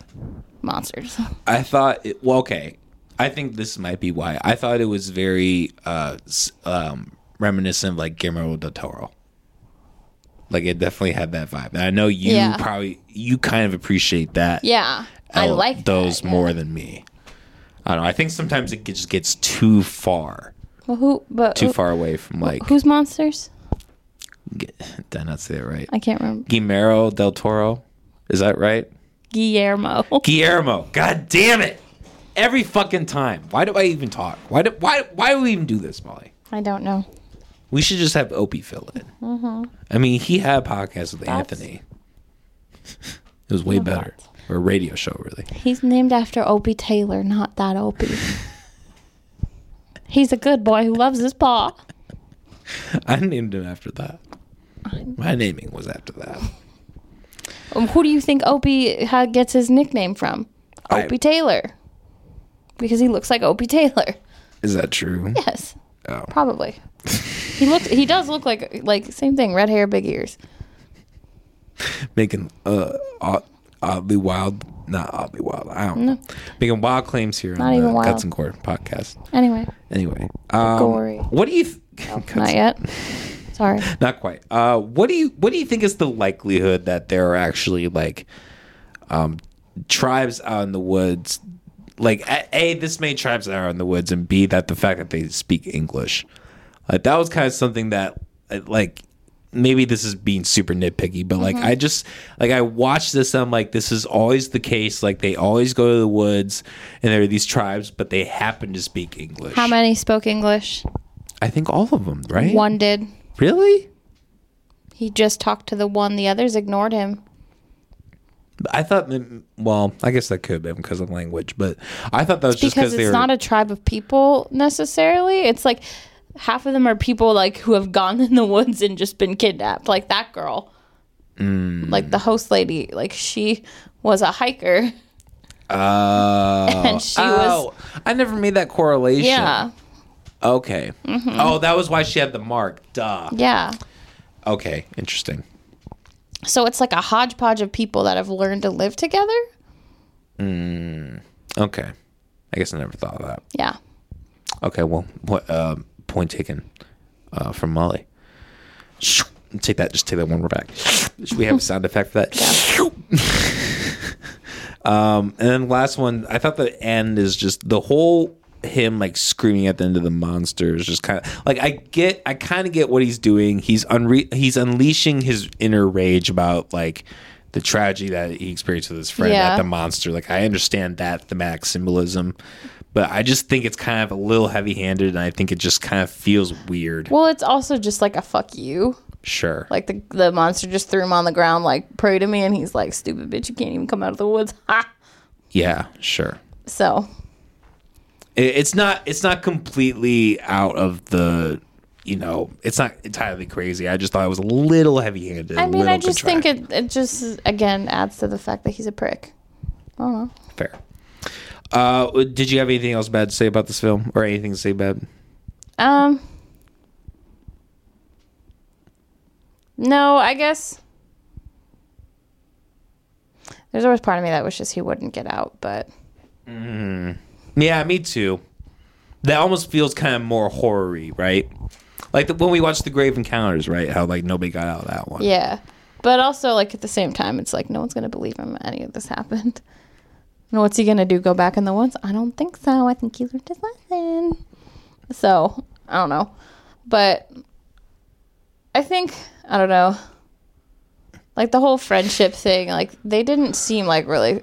monsters.
I thought, it, well, okay. I think this might be why. I thought it was very uh, s- um, reminiscent of like Guillermo del Toro. Like it definitely had that vibe, and I know you
Yeah.
probably you kind of appreciate that.
Yeah, I
el-
like
those
that, yeah.
more than me. I don't know. I think sometimes it just gets too far,
Well, who? But
too
who-
far away from like.
Whose monsters?
G- Did I not say it right?
I can't remember.
Guillermo del Toro, is that right? [LAUGHS]
Guillermo.
Guillermo. God damn it! Every fucking time. Why do I even talk? Why do why why do we even do this, Molly?
I don't know.
We should just have Opie fill in. I mean, he had a podcast with
Mm-hmm. That's-
Anthony. It was way better, or a radio show, really.
He's named after Opie Taylor, not that Opie. He's a good boy who loves his paw.
I named him after that. My naming was after that.
Um, who do you think Opie ha- gets his nickname from?
I-
Opie Taylor. Because he looks like Opie Taylor. [LAUGHS]
Is that true?
Yes,
Oh.
probably. he looks. He does look like like same thing. Red hair, big ears.
making uh odd, oddly wild not oddly wild i don't know making wild claims here
Not
on
even
the
wild.
cuts and core podcast
Anyway,
anyway um,
Gory.
what do you th- [LAUGHS] Cuts-
not yet.
[LAUGHS]
Sorry.
not quite uh what do you what do you think is the likelihood that there are actually like um tribes out in the woods like a, a this many tribes that are in the woods and b that the fact that they speak english like that was kind of something that uh, like maybe this is being super nitpicky but
Mm-hmm.
like i just like i watched this and i'm like this is always the case like they always go to the woods and there are these tribes but they happen to speak english
How many spoke English?
i think all of them right
One did.
really
He just talked to the one. The others ignored him.
I thought, that- well, I guess that could have been because of language, but I thought that was just
because
because they
it's
were.
not a tribe of people necessarily. It's like half of them are people like who have gone [LAUGHS] in the woods and just been kidnapped, like that girl, like the host lady. Like she was a hiker,
oh,
[LAUGHS] and she was
Oh, I never made that correlation.
yeah, Mm-hmm.
Okay. Oh, that was why she had the mark. Duh.
yeah.
Okay. Interesting.
So it's like a hodgepodge of people that have learned to live together.
Okay. I guess I never thought of that.
Yeah,
Okay. Well, what uh, point taken uh, from Molly. Take that. Just take that one more back. Should we have a sound effect for that? [LAUGHS] um, and then last one. I thought the end is just the whole him like screaming at the end of the monster is just kind of like I get. I kind of get what he's doing. He's unre- He's unleashing his inner rage about like. The tragedy that he experienced with his friend
Yeah.
at the monster. Like, I understand that thematic symbolism, but I just think it's kind of a little heavy handed, and I think it just kind of feels weird.
well, it's also just like a fuck you.
sure.
Like the the monster just threw him on the ground, like pray to me, and he's like, "Stupid bitch, you can't even come out of the woods." [LAUGHS] Ha!
Yeah, sure.
So
It, it's not it's not completely out of the you know, it's not entirely crazy. I just thought it was a little heavy-handed.
I mean, I just think it, it just, again, adds to the fact that he's a prick. I don't know.
fair. Uh, did you have anything else bad to say about this film, or anything to say bad?
Um. No, I guess. There's always part of me that wishes he wouldn't get out, but
Yeah, me too. That almost feels kind of more horror-y, right? Like the, when we watched The Grave Encounters, right? How like nobody got out of that one.
yeah. But also, like at the same time, it's like no one's gonna believe him. Any of this happened. And what's he gonna do? Go back in the woods? I don't think so. I think he learned his lesson. So I don't know, but I think I don't know. Like the whole friendship thing, like they didn't seem like really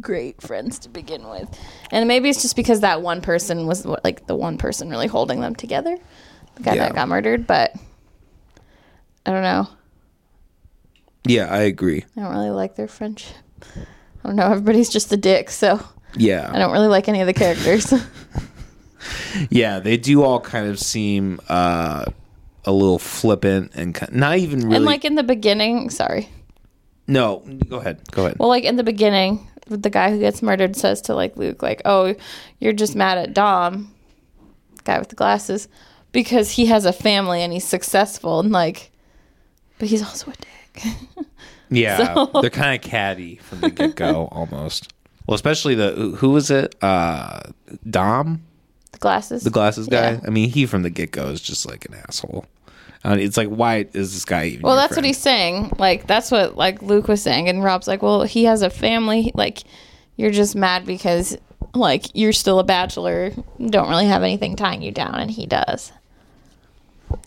great friends to begin with. And maybe it's just because that one person was what- like the one person really holding them together. The guy
Yeah.
that got murdered, but I don't know.
Yeah, I agree.
I don't really like their friendship. I don't know. Everybody's just a dick, so
Yeah,
I don't really like any of the characters.
yeah, they do all kind of seem uh, a little flippant and ki not even really.
And like in the beginning, sorry.
no, go ahead, go ahead.
Well, like in the beginning, the guy who gets murdered says to like Luke, like, "Oh, you're just mad at Dom, guy with the glasses, because he has a family and he's successful and like, but he's also a dick." [LAUGHS]
yeah,
so-
they're kind of catty from the get
[LAUGHS]
go, almost. Well, especially the who- who was it? Uh, Dom,
the glasses.
the glasses guy.
Yeah.
I mean, he from the get go is just like an asshole. Uh, it's like, why is this guy even?
Well,
your
that's
friend?
what he's saying. Like that's what like Luke was saying, and Rob's like, "Well, he has a family. Like, you're just mad because like you're still a bachelor, don't really have anything tying you down, and he does."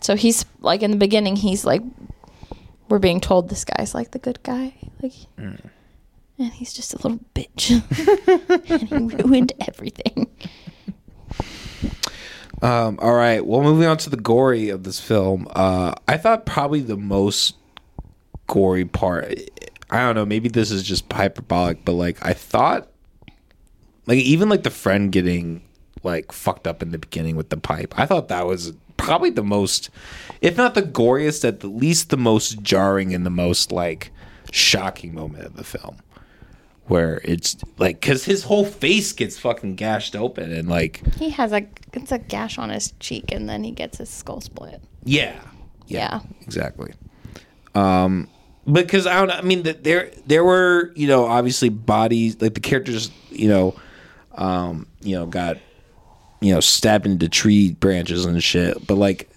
So he's like in the beginning, he's like, "We're being told this guy's like the good guy, like,
Mm.
and he's just a little bitch, [LAUGHS] and he ruined everything."
Um, all right. Well, moving on to the gory of this film. Uh, I thought probably the most gory part. I don't know. Maybe this is just hyperbolic, but like I thought, like even like the friend getting like fucked up in the beginning with the pipe. I thought that was probably the most, if not the goriest, at the least the most jarring and the most like shocking moment of the film where it's like because his whole face gets fucking gashed open and like
He has a it's a gash on his cheek, and then he gets his skull split.
yeah
Yeah.
exactly. Um, because I don't. I mean, that there there were you know obviously bodies like the characters you know, um, you know got you know stabbed into tree branches and shit. But like,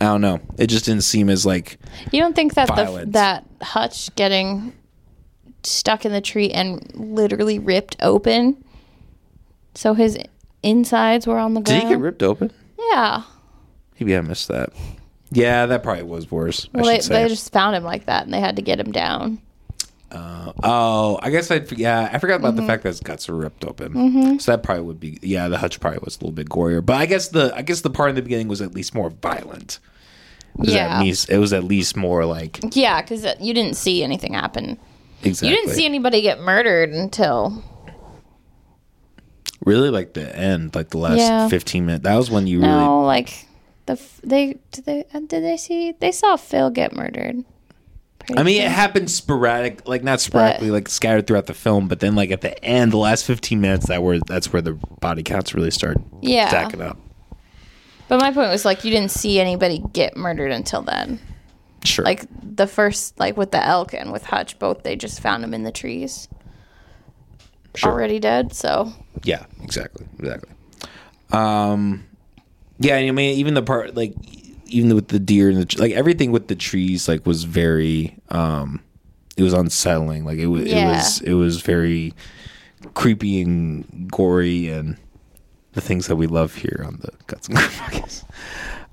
I don't know. It just didn't seem as like
You don't think that the,
Violence.
that Hutch getting stuck in the tree and literally ripped open, so his insides were on the ground.
ripped open?
yeah.
Maybe I missed that. Yeah, that probably was worse.
Well,
I
they,
should say.
they just found him like that, and they had to get him down.
oh, I guess I yeah I forgot about
Mm-hmm.
the fact that his guts were ripped open. So that probably would be yeah the hutch probably was a little bit gorier. But I guess the I guess the part in the beginning was at least more violent. was
Yeah,
at least it was at least more like
yeah, because you didn't see anything happen.
exactly.
You didn't see anybody get murdered until
really like the end, like the last
Yeah.
fifteen minutes. That was when you
no, like the f- they did they uh, did they see they saw Phil get murdered. Pretty
really. I mean,
soon.
it happened sporadic, like not sporadically, like scattered throughout the film. But then, like at the end, the last fifteen minutes, that were that's where the body counts really start
Yeah.
stacking up.
but my point was like you didn't see anybody get murdered until then.
Sure.
like the first like with the elk and with hutch both they just found him in the trees
Sure.
already dead so
Yeah, exactly, exactly. Um, yeah, I mean, even the part like even with the deer and the tr- like everything with the trees like was very um, it was unsettling. Like it was it
Yeah.
was it was very creepy and gory and the things that we love here on the Guts and Grub [LAUGHS] podcast.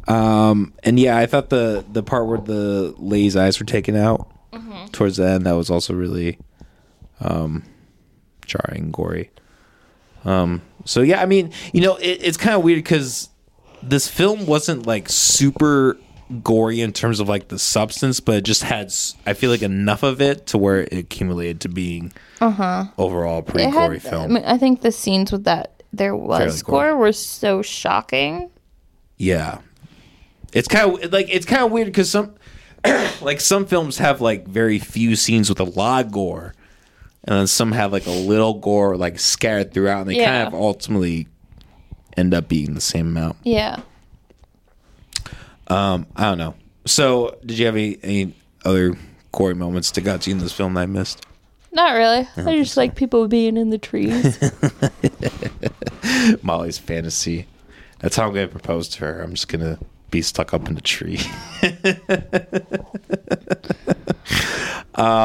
Um, and yeah, I thought the the part where the Lay's eyes were taken out
Mm-hmm.
towards the end that was also really um jarring, gory. Um, So yeah, I mean, you know, it, it's kind of weird because this film wasn't like super gory in terms of like the substance, but it just had s- I feel like enough of it to where it accumulated to being overall a pretty
Uh-huh. it
gory
had, I,
film.
mean, I think the scenes with that there
Fairly
was
gory.
gore were so shocking
yeah, It's kind of like it's kind of weird because some [CLEARS THROAT] like some films have like very few scenes with a lot of gore, and then some have like a little gore like scattered throughout, and they
Yeah.
kind of ultimately end up being the same amount.
Yeah.
Um, I don't know. So, did you have any, any other Corey moments that got you in this film that I missed?
Not really. I just like people being in the trees.
[LAUGHS] Molly's fantasy. That's how I'm gonna propose to her. I'm just gonna be stuck up in a tree. [LAUGHS]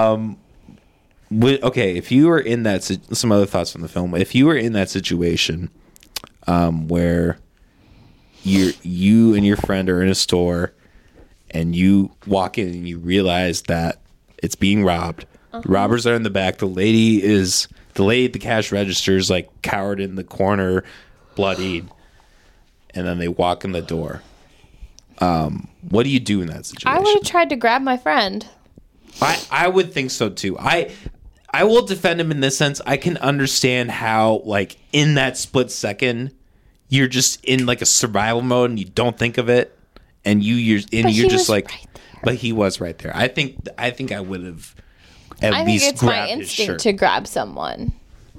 um, wi- okay. If you were in that, si- some other thoughts from the film. If you were in that situation, um, where you you and your friend are in a store, and you walk in and you realize that it's being robbed.
Uh-huh.
Robbers are in the back. The lady is the lady at the cash register is like cowered in the corner, bloodied, and then they walk in the door. Um, what do you do in that
I
situation?
would have tried to grab my friend.
I, I would think so too. I I will defend him in this sense. I can understand how like in that split second you're just in like a survival mode and you don't think of it and you you're and
But
you're
he
just
was
like
right there.
but he was right there. I think I think I would have at
I think
least
it's my
grabbed his
instinct
shirt.
to grab someone.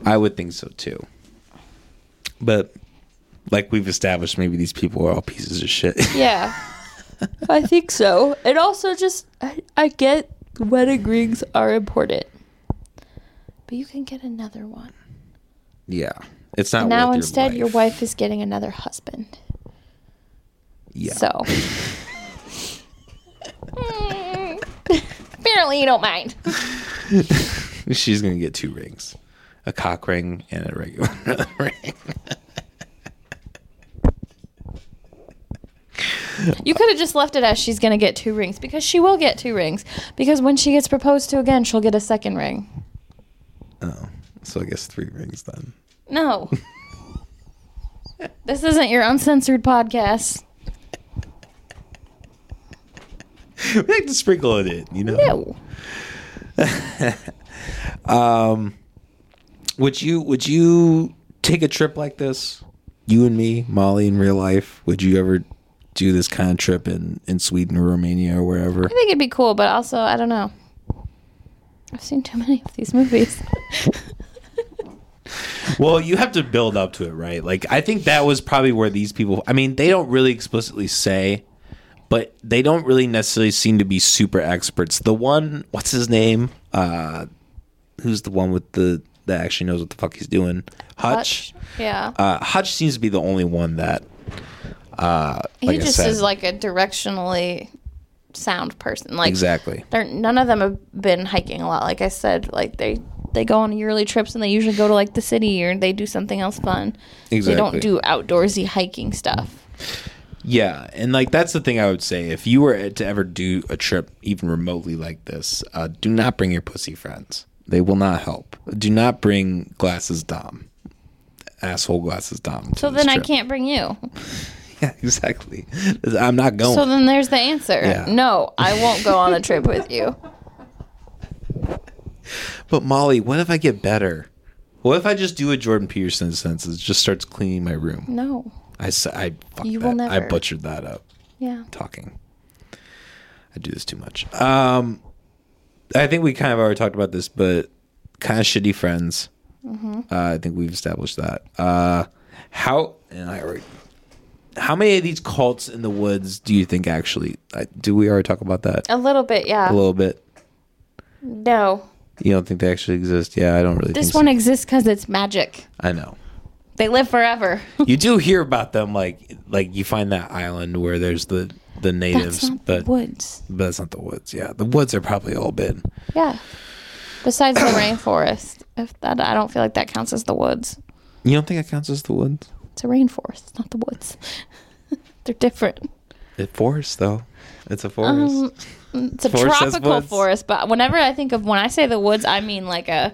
I would think so too. But like we've established maybe these people are all pieces of shit. [LAUGHS]
Yeah. I think so. And also just I, I get wedding rings are important. But you can get another one.
yeah. It's not
now
worth
instead
your
your
life.
wife is getting another husband.
yeah. [LAUGHS]
So Hmm. apparently you don't mind.
She's gonna get two rings, a cock ring and a regular [LAUGHS] ring.
You could have just left it as she's going to get two rings because she will get two rings because when she gets proposed to again, she'll get a second ring.
Oh, so I guess three rings then. [LAUGHS]
No. this isn't your uncensored podcast.
we like to sprinkle it in, you know.
No.
Would you Would you take a trip like this? You and me, Molly, in real life. Would you ever do this kind of trip in in Sweden or Romania or wherever?
I think it'd be cool, but also, I don't know. I've seen too many of these movies.
Well, you have to build up to it, right? Like I think that was probably where these people. I mean, they don't really explicitly say, but they don't really necessarily seem to be super experts. The one, what's his name? Uh, who's the one with the that actually knows what the fuck he's doing?
[LAUGHS]
Hutch.
Yeah.
Uh, Hutch seems to be the only one that. Uh,
he
like I
just
said-
is like a directionally sound person. Like,
exactly.
They're, none of them have been hiking a lot. Like I said, like they they go on yearly trips and they usually go to like the city or they do something else fun. They
Exactly.
don't do outdoorsy hiking stuff.
Yeah, and like that's the thing I would say. If you were to ever do a trip even remotely like this, uh, do not bring your pussy friends. They will not help. Do not bring glasses Dom, asshole glasses Dom.
So then I can't bring you.
Yeah, [LAUGHS] exactly. I'm not going.
So then there's the answer.
Yeah.
No, I won't go on a trip
[LAUGHS]
with you.
but Molly, what if I get better? What if I just do what Jordan Peterson in a sense is just starts cleaning my room?
No.
I s- I fuck
You
that.
will
I
never.
butchered that up.
Yeah.
talking. I do this too much. Um, I think we kind of already talked about this, but kind of shitty friends.
Mm-hmm.
Uh, I think we've established that. Uh, how and I already, how many of these cults in the woods do you think actually? Uh, do we already talk about that
A little bit, yeah.
a little bit?
No.
You don't think they actually exist? Yeah, I don't really.
This
think so.
one exists because it's magic.
I know.
They live forever.
You do hear about them, like like you find that island where there's the the natives,
[LAUGHS] That's not
but
the woods.
but that's not the woods. Yeah, the woods are probably all been.
Yeah. Besides the rainforest. If that I don't feel like that counts as the woods.
You don't think it counts as the woods?
It's a rainforest, it's not the woods. [LAUGHS] They're different.
The forest, though. It's a forest.
Um, it's a
Forest has
tropical
woods.
forest, but whenever I think of when I say the woods, I mean like a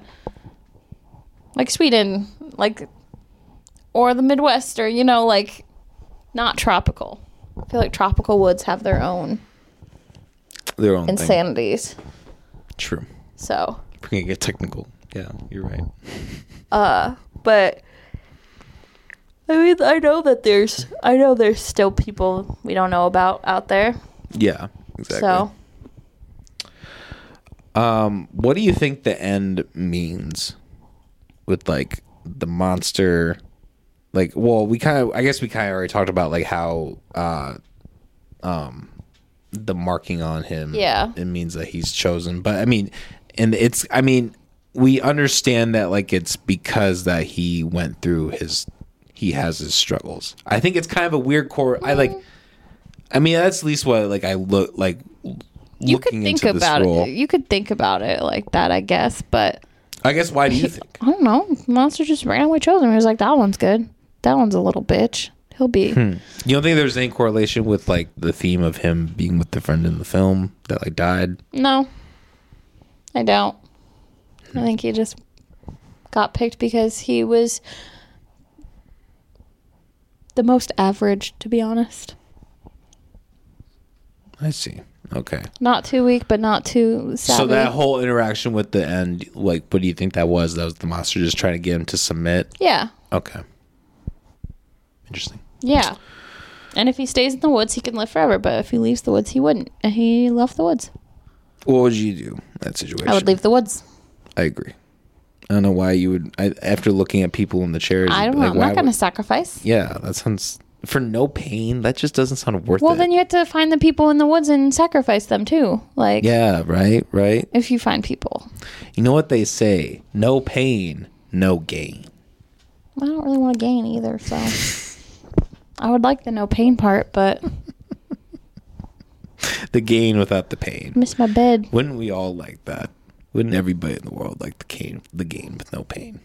like Sweden, like or the Midwest, or you know, like not tropical. I feel like tropical woods have their own
Their own thing.
insanities.
True.
So,
We're gonna get technical. Yeah, you're right.
but I mean, I know that there's, I know there's still people we don't know about out there.
Yeah, exactly.
So
Um, what do you think the end means with like the monster? Like, well, we kind of, I guess we kind of already talked about like how, uh, um, the marking on him,
Yeah.
it means that he's chosen. But I mean, and it's, I mean, we understand that like it's because that he went through his, he has his struggles. I think it's kind of a weird core. I
Mm-hmm.
like, I mean, that's at least what like I look like.
you could think about
role.
it. You could think about it like that, I guess. But
I guess why
[LAUGHS]
do you think?
I don't know. Monster just randomly chose him. He was like, that one's good. That one's a little bitch. He'll be.
You don't think there's any correlation with like the theme of him being with the friend in the film that like died?
No, I don't. I think he just got picked because he was the most average, to be honest.
I see. Okay.
Not too weak, but not too savvy.
So that whole interaction with the end, like, what do you think that was? That was the monster just trying to get him to submit.
yeah,
Okay. Interesting.
yeah. And if he stays in the woods, he can live forever. But if he leaves the woods, he wouldn't. And he left the woods.
What would you do in that situation?
I would leave the woods.
I agree. I don't know why you would. I, after looking at people in the chairs,
I
you'd be
don't know.
like,
I'm
why
not going to
would-
sacrifice.
Yeah, that sounds for no pain. That just doesn't sound worth
Well,
it.
then you have to find the people in the woods and sacrifice them too. Like,
yeah. Right. Right.
if you find people,
You know what they say? No pain, no gain.
I don't really want to gain either. So, I would like the no pain part, but
The gain without the pain.
miss my bed.
Wouldn't we all like that? Wouldn't everybody in the world like the gain, the gain with no pain?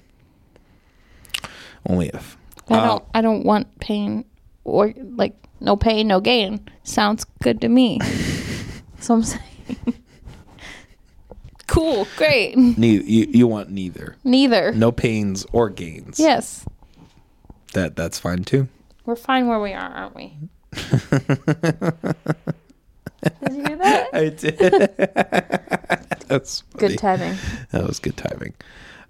Only if.
I don't. I don't want pain or like no pain, no gain. Sounds good to me. [LAUGHS] so I'm saying, [LAUGHS] cool, great.
Ne- you, you want neither.
Neither.
No pains or gains.
Yes,
That that's fine too.
we're fine where we are, aren't
[LAUGHS]
we? Did you hear that?
I [LAUGHS] did. that was funny.
Good timing.
That was good timing.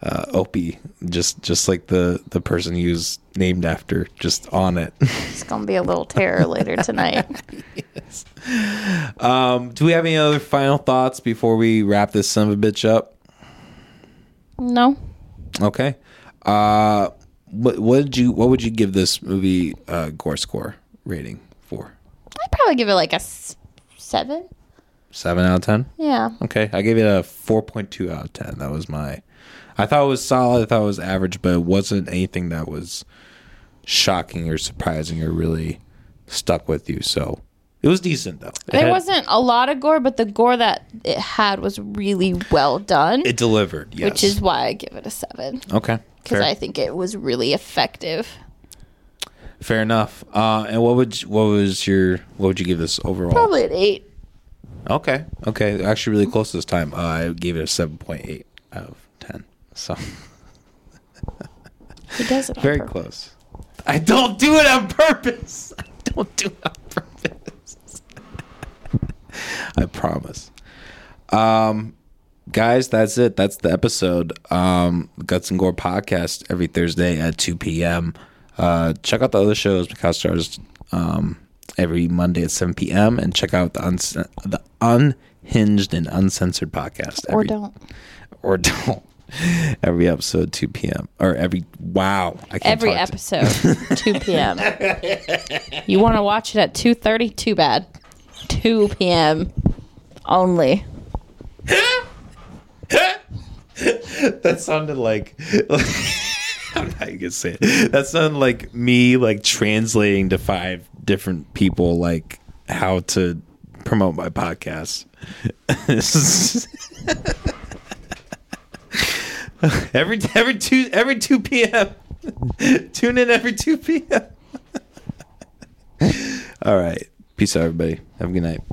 Uh, Opie, just just like the the person he was named after, just on it. [LAUGHS]
It's gonna be a little terror later tonight.
Um, do we have any other final thoughts before we wrap this son of a bitch up?
No,
Okay. Uh, what what did you what would you give this movie uh, gore score rating for?
I'd probably give it like a s- seven.
Seven out of ten.
Yeah,
Okay, I gave it a four point two out of ten. That was my. I thought it was solid. I thought it was average, but it wasn't anything that was shocking or surprising or really stuck with you. So it was decent though. It,
there
had-
wasn't a lot of gore, but the gore that it had was really well done,
It delivered. Yes.
which is why I give it a seven.
okay.
because
Fair,
I think it was really effective.
fair enough. Uh, and what would you- what was your what would you give this overall?
Probably an eight.
Okay. Okay. Actually, really close this time. Uh, I gave it a 7.8 out of 10. So
He does it on
very
purpose.
close. I don't do it on purpose. [LAUGHS] I don't do it on purpose. I promise. Um, guys, that's it. That's the episode. Um, Guts and Gore podcast every Thursday at 2 p.m. Uh, check out the other shows, Because Stars, um, every Monday at 7 p.m. And check out the, uns- the Unhinged and Uncensored podcast.
Or
every-
don't.
or [LAUGHS] don't. Every episode, 2 p.m. Or every, wow. I can't
Every
talk to- [LAUGHS]
episode, 2 p.m. You want to watch it at 2.30? Too bad. 2 p.m. only.
that sounded like, [LAUGHS] I'm not even gonna say it. That sounded like me like translating to five different people like how to promote my podcast. [LAUGHS] every every two every two p.m. [LAUGHS] Tune in every two [LAUGHS] p.m. All right, peace out, everybody. Have a good night.